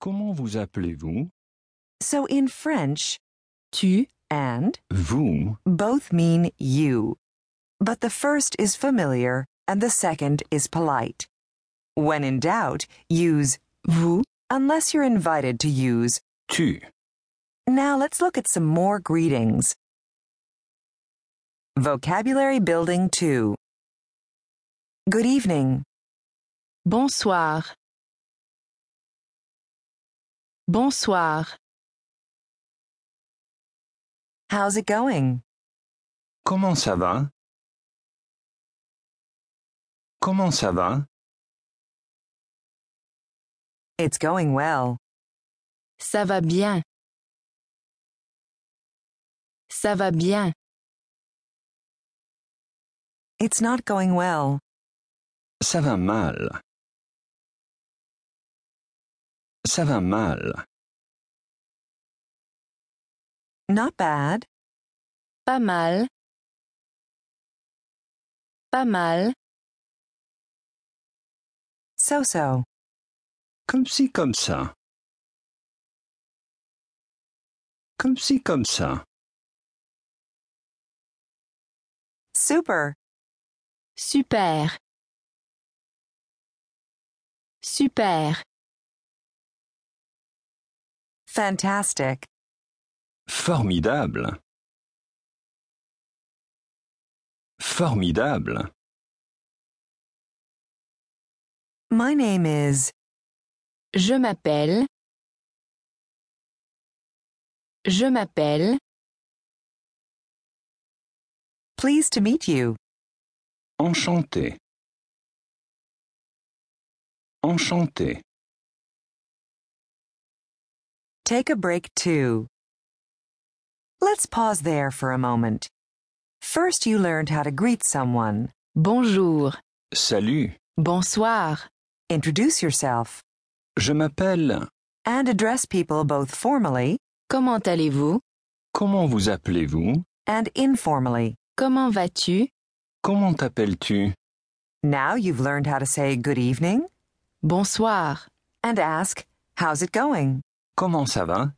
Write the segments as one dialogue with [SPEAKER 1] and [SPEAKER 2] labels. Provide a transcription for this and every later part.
[SPEAKER 1] Comment vous appelez-vous
[SPEAKER 2] So in French, tu and
[SPEAKER 1] Vous
[SPEAKER 2] both mean you. But the first is familiar and the second is polite. When in doubt, use vous unless you're invited to use.
[SPEAKER 1] Tu
[SPEAKER 2] Now let's look at some more greetings. Vocabulary Building 2 Good evening.
[SPEAKER 3] Bonsoir. Bonsoir.
[SPEAKER 2] How's it going?
[SPEAKER 1] Comment ça va Comment ça va
[SPEAKER 2] It's going well.
[SPEAKER 3] Ça va bien. Ça va bien.
[SPEAKER 2] It's not going well.
[SPEAKER 1] Ça va mal. Ça va mal.
[SPEAKER 2] Not bad.
[SPEAKER 3] Pas mal. Pas mal.
[SPEAKER 2] So so.
[SPEAKER 1] Comme si comme ça. Comme si comme ça.
[SPEAKER 2] Super.
[SPEAKER 3] Super. Super.
[SPEAKER 2] Fantastic.
[SPEAKER 1] Formidable. Formidable.
[SPEAKER 2] My name is.
[SPEAKER 3] Je m'appelle. Je m'appelle.
[SPEAKER 2] Pleased to meet you.
[SPEAKER 1] Enchanté. Enchanté.
[SPEAKER 2] Take a break too. Let's pause there for a moment. First, you learned how to greet someone,
[SPEAKER 3] Bonjour.
[SPEAKER 1] Salut,
[SPEAKER 3] Bonsoir.
[SPEAKER 2] introduce yourself,
[SPEAKER 1] je m'appelle.
[SPEAKER 2] and address people both formally
[SPEAKER 3] Comment allez-vous
[SPEAKER 1] Comment vous appelez-vous
[SPEAKER 2] and informally.
[SPEAKER 3] Comment vas-tu
[SPEAKER 1] Comment t'appelles-tu
[SPEAKER 2] Now you've learned how to say good evening
[SPEAKER 3] Bonsoir.
[SPEAKER 2] and ask, How's it going?
[SPEAKER 1] Comment ça va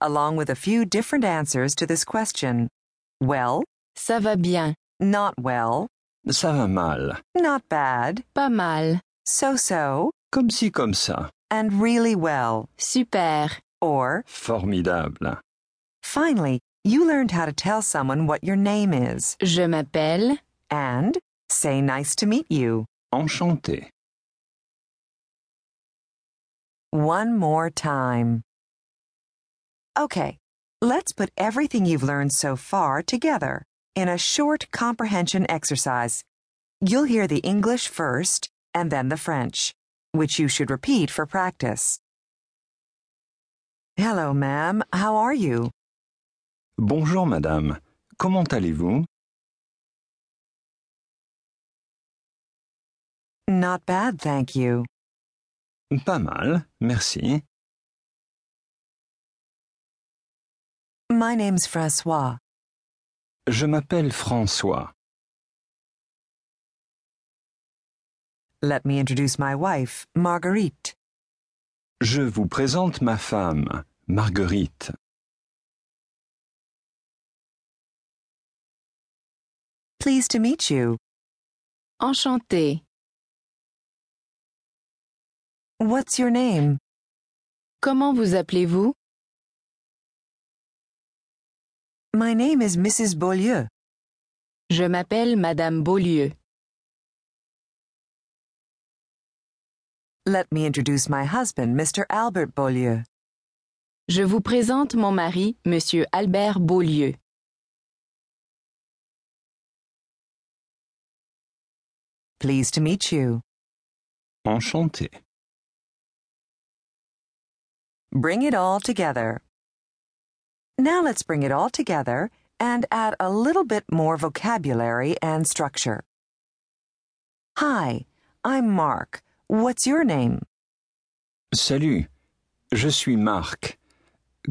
[SPEAKER 2] along with a few different answers to this question. Well,
[SPEAKER 3] Ça va bien.
[SPEAKER 2] not well,
[SPEAKER 1] Ça va mal.
[SPEAKER 2] not bad,
[SPEAKER 3] Pas mal.
[SPEAKER 2] so so,
[SPEAKER 1] Comme si comme ça.
[SPEAKER 2] and really well.
[SPEAKER 3] Super.
[SPEAKER 2] Or,
[SPEAKER 1] Formidable.
[SPEAKER 2] finally, you learned how to tell someone what your name is.
[SPEAKER 3] Je m'appelle.
[SPEAKER 2] and say nice to meet you.
[SPEAKER 1] Enchanté.
[SPEAKER 2] One more time. Okay, let's put everything you've learned so far together in a short comprehension exercise. You'll hear the English first and then the French, which you should repeat for practice. Hello, ma'am. How are you?
[SPEAKER 1] Bonjour madame. Comment allez-vous
[SPEAKER 2] Not bad, thank you.
[SPEAKER 1] Pas mal, merci.
[SPEAKER 2] My name's Francois.
[SPEAKER 1] Je m'appelle François.
[SPEAKER 2] Let me introduce my wife, Marguerite.
[SPEAKER 1] Je vous présente ma femme, Marguerite.
[SPEAKER 2] Pleased to meet you.
[SPEAKER 3] Enchanté.
[SPEAKER 2] What's your name?
[SPEAKER 3] Comment vous appelez-vous
[SPEAKER 2] My name is Mrs. Beaulieu.
[SPEAKER 3] Je m'appelle Madame Beaulieu.
[SPEAKER 2] Let me introduce my husband, Mr. Albert Beaulieu.
[SPEAKER 3] Je vous présente mon mari, Monsieur Albert Beaulieu.
[SPEAKER 2] Pleased to meet you.
[SPEAKER 1] Enchanté.
[SPEAKER 2] Bring it all together. Now let's bring it all together and add a little bit more vocabulary and structure. Hi, I'm Mark. What's your name?
[SPEAKER 1] Salut, je suis Marc.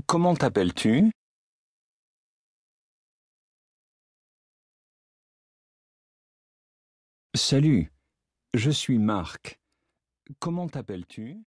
[SPEAKER 1] Comment t'appelles-tu Salut, je suis Marc. Comment t'appelles-tu